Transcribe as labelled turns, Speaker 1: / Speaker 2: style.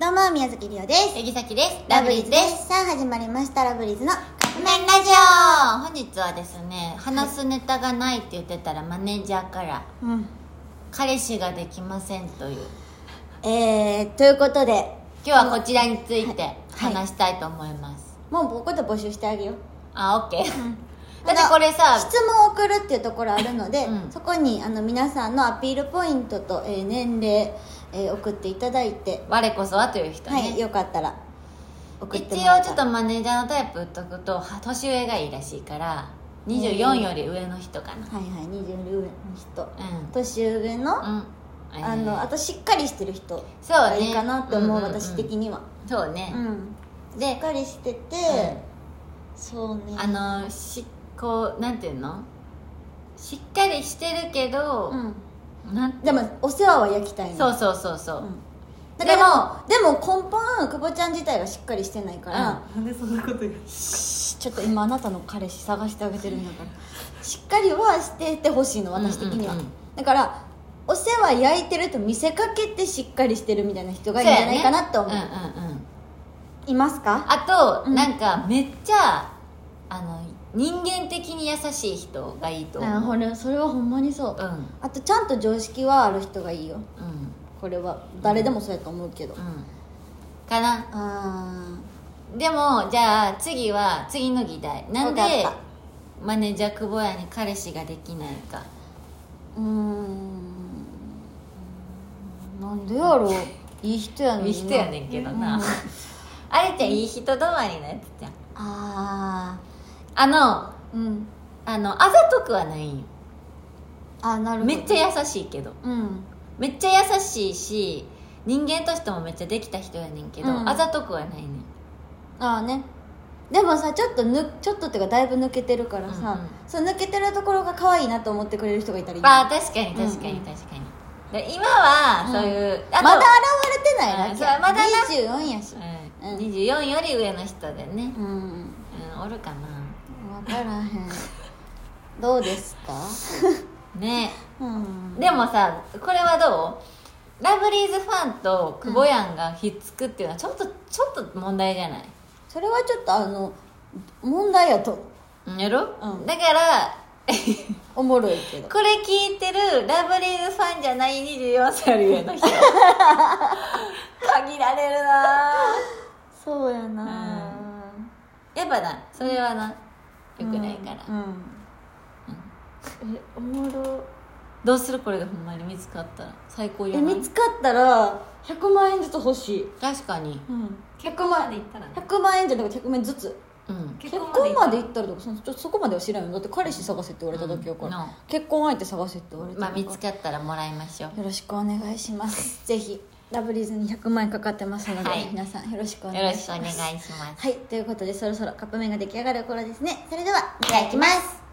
Speaker 1: どうも宮崎りおです
Speaker 2: えぎさきです
Speaker 1: さあ始まりましたラブリーズの
Speaker 2: ごめんラジオ本日はですね話すネタがないって言ってたらマネージャーから
Speaker 1: うん
Speaker 2: 彼氏ができませんという
Speaker 1: えー、ということで
Speaker 2: 今日はこちらについて
Speaker 1: はい
Speaker 2: 話したいと思います、
Speaker 1: もうここで募集してあげよう
Speaker 2: あオッケー だ
Speaker 1: た
Speaker 2: ってこれさ
Speaker 1: 質問を送るっていうところあるので、
Speaker 2: うん
Speaker 1: そこにあの皆さんのアピールポイントと、えー年齢、えー送っていただいて、
Speaker 2: 我こそはという人
Speaker 1: は
Speaker 2: ね、
Speaker 1: いよかったら送っ
Speaker 2: 一
Speaker 1: てもら
Speaker 2: 応
Speaker 1: え
Speaker 2: ち
Speaker 1: た
Speaker 2: ょっ
Speaker 1: ら
Speaker 2: とマネージャーのタイプ言っとくとは年上がいいらしいから
Speaker 1: う
Speaker 2: 24
Speaker 1: ん
Speaker 2: より上の人かな
Speaker 1: はいはい20上の人
Speaker 2: うん
Speaker 1: 年上の、
Speaker 2: うん
Speaker 1: あのあとしっかりしてる人
Speaker 2: そう
Speaker 1: が
Speaker 2: ね
Speaker 1: いいかなって思う、
Speaker 2: んんん
Speaker 1: 私的には
Speaker 2: そうね、
Speaker 1: うんしっ
Speaker 2: で
Speaker 1: かりしてて、そうね
Speaker 2: あのしこうなんていうのしっかりしてるけど、
Speaker 1: うん
Speaker 2: なん
Speaker 1: でもお世話は焼きたいの
Speaker 2: そうそうそうそう、
Speaker 1: うん
Speaker 2: で
Speaker 1: だ
Speaker 2: も
Speaker 1: からでも根本久保ちゃん自体がしっかりしてないから、
Speaker 2: うん、なんでそんなこと言う
Speaker 1: ちょっと今あなたの彼氏探してあげてるんだから しっかりはしててほしいの私的には、
Speaker 2: うんうんうん
Speaker 1: だからお世話焼いてると見せかけてしっかりしてるみたいな人がいいんじゃないかなと思う
Speaker 2: そうやねうんうんうん
Speaker 1: いますか
Speaker 2: あと、
Speaker 1: うん
Speaker 2: なんかめっちゃあの人間的に優しい人がいいと思う
Speaker 1: れそれはほんまにそう
Speaker 2: うん
Speaker 1: あとちゃんと常識はある人がいいよ
Speaker 2: うん
Speaker 1: これは誰でもそうやと思うけど、
Speaker 2: うんかな
Speaker 1: あ
Speaker 2: でもじゃあ次は次の議題なんで
Speaker 1: わかっ
Speaker 2: マネージャー久保屋に彼氏ができないか
Speaker 1: ーうーんなんでやろういい人やねんない
Speaker 2: い人やねんけどな、
Speaker 1: うん
Speaker 2: あれちゃんいい人止まりのやつじゃん
Speaker 1: あ
Speaker 2: あの
Speaker 1: あうん
Speaker 2: あのあざとくはないんよ
Speaker 1: あなるほど
Speaker 2: めっちゃ優しいけど
Speaker 1: うん
Speaker 2: めっちゃ優しいし人間としてもめっちゃできた人やねんけど、
Speaker 1: うん
Speaker 2: あざとくはないねん
Speaker 1: ああねでもさちょっとぬちょっとっていうかだいぶ抜けてるからさ、
Speaker 2: うんうん
Speaker 1: その抜けてるところが可愛いなと思ってくれる人がいたらいい
Speaker 2: あー確かに確
Speaker 1: うん
Speaker 2: かに
Speaker 1: うん
Speaker 2: 確かに、で今は
Speaker 1: うん
Speaker 2: そういう、
Speaker 1: ま
Speaker 2: あと
Speaker 1: だ現れてないだけ
Speaker 2: うんそうまだ
Speaker 1: な24やし
Speaker 2: うん
Speaker 1: うん
Speaker 2: 24より上の人でね、
Speaker 1: うん
Speaker 2: うん、おるかな
Speaker 1: 分からへんどうですか
Speaker 2: ね
Speaker 1: うん
Speaker 2: でもさこれはどうラブリーズファンと久保やんがひっつくっていうのはちょっとちょっと問題じゃない
Speaker 1: それはちょっとあの問題やと
Speaker 2: やろ、
Speaker 1: うん
Speaker 2: だから
Speaker 1: おもろいけど
Speaker 2: これ聞いてるラブリーズファンじゃない24歳より上の 人限られるな
Speaker 1: そうやな
Speaker 2: やっぱなそれはな、よくないから、
Speaker 1: うん、うんえおもろ
Speaker 2: どうするこれがほんまに見つかったら最高
Speaker 1: え
Speaker 2: やな
Speaker 1: 見つかったら100万円ずつ欲しい、
Speaker 2: 確かに
Speaker 1: うん、
Speaker 3: 結婚まで行ったらね
Speaker 1: 100万円じゃなくて100万円ずつ
Speaker 2: うん
Speaker 1: 結婚まで
Speaker 3: 行
Speaker 1: 行ったらとかそのちょそこまでは知らんよだって彼氏探せって言われただけやから、
Speaker 2: うん
Speaker 1: 結婚相手探せって言われた
Speaker 2: まあ
Speaker 1: だけ
Speaker 2: 見
Speaker 1: やから
Speaker 2: つかったらもらいましょう
Speaker 1: よろしくお願いしますぜひラブリーズに100万円かかってますので、
Speaker 2: はい
Speaker 1: 皆さんよろしくお
Speaker 2: よ
Speaker 1: 願
Speaker 2: ろ
Speaker 1: い
Speaker 2: し
Speaker 1: し
Speaker 2: くお願
Speaker 1: ま
Speaker 2: い
Speaker 1: す
Speaker 2: します
Speaker 1: はいということでそろそろカップ麺が出来上がる頃ですねそれではいただきます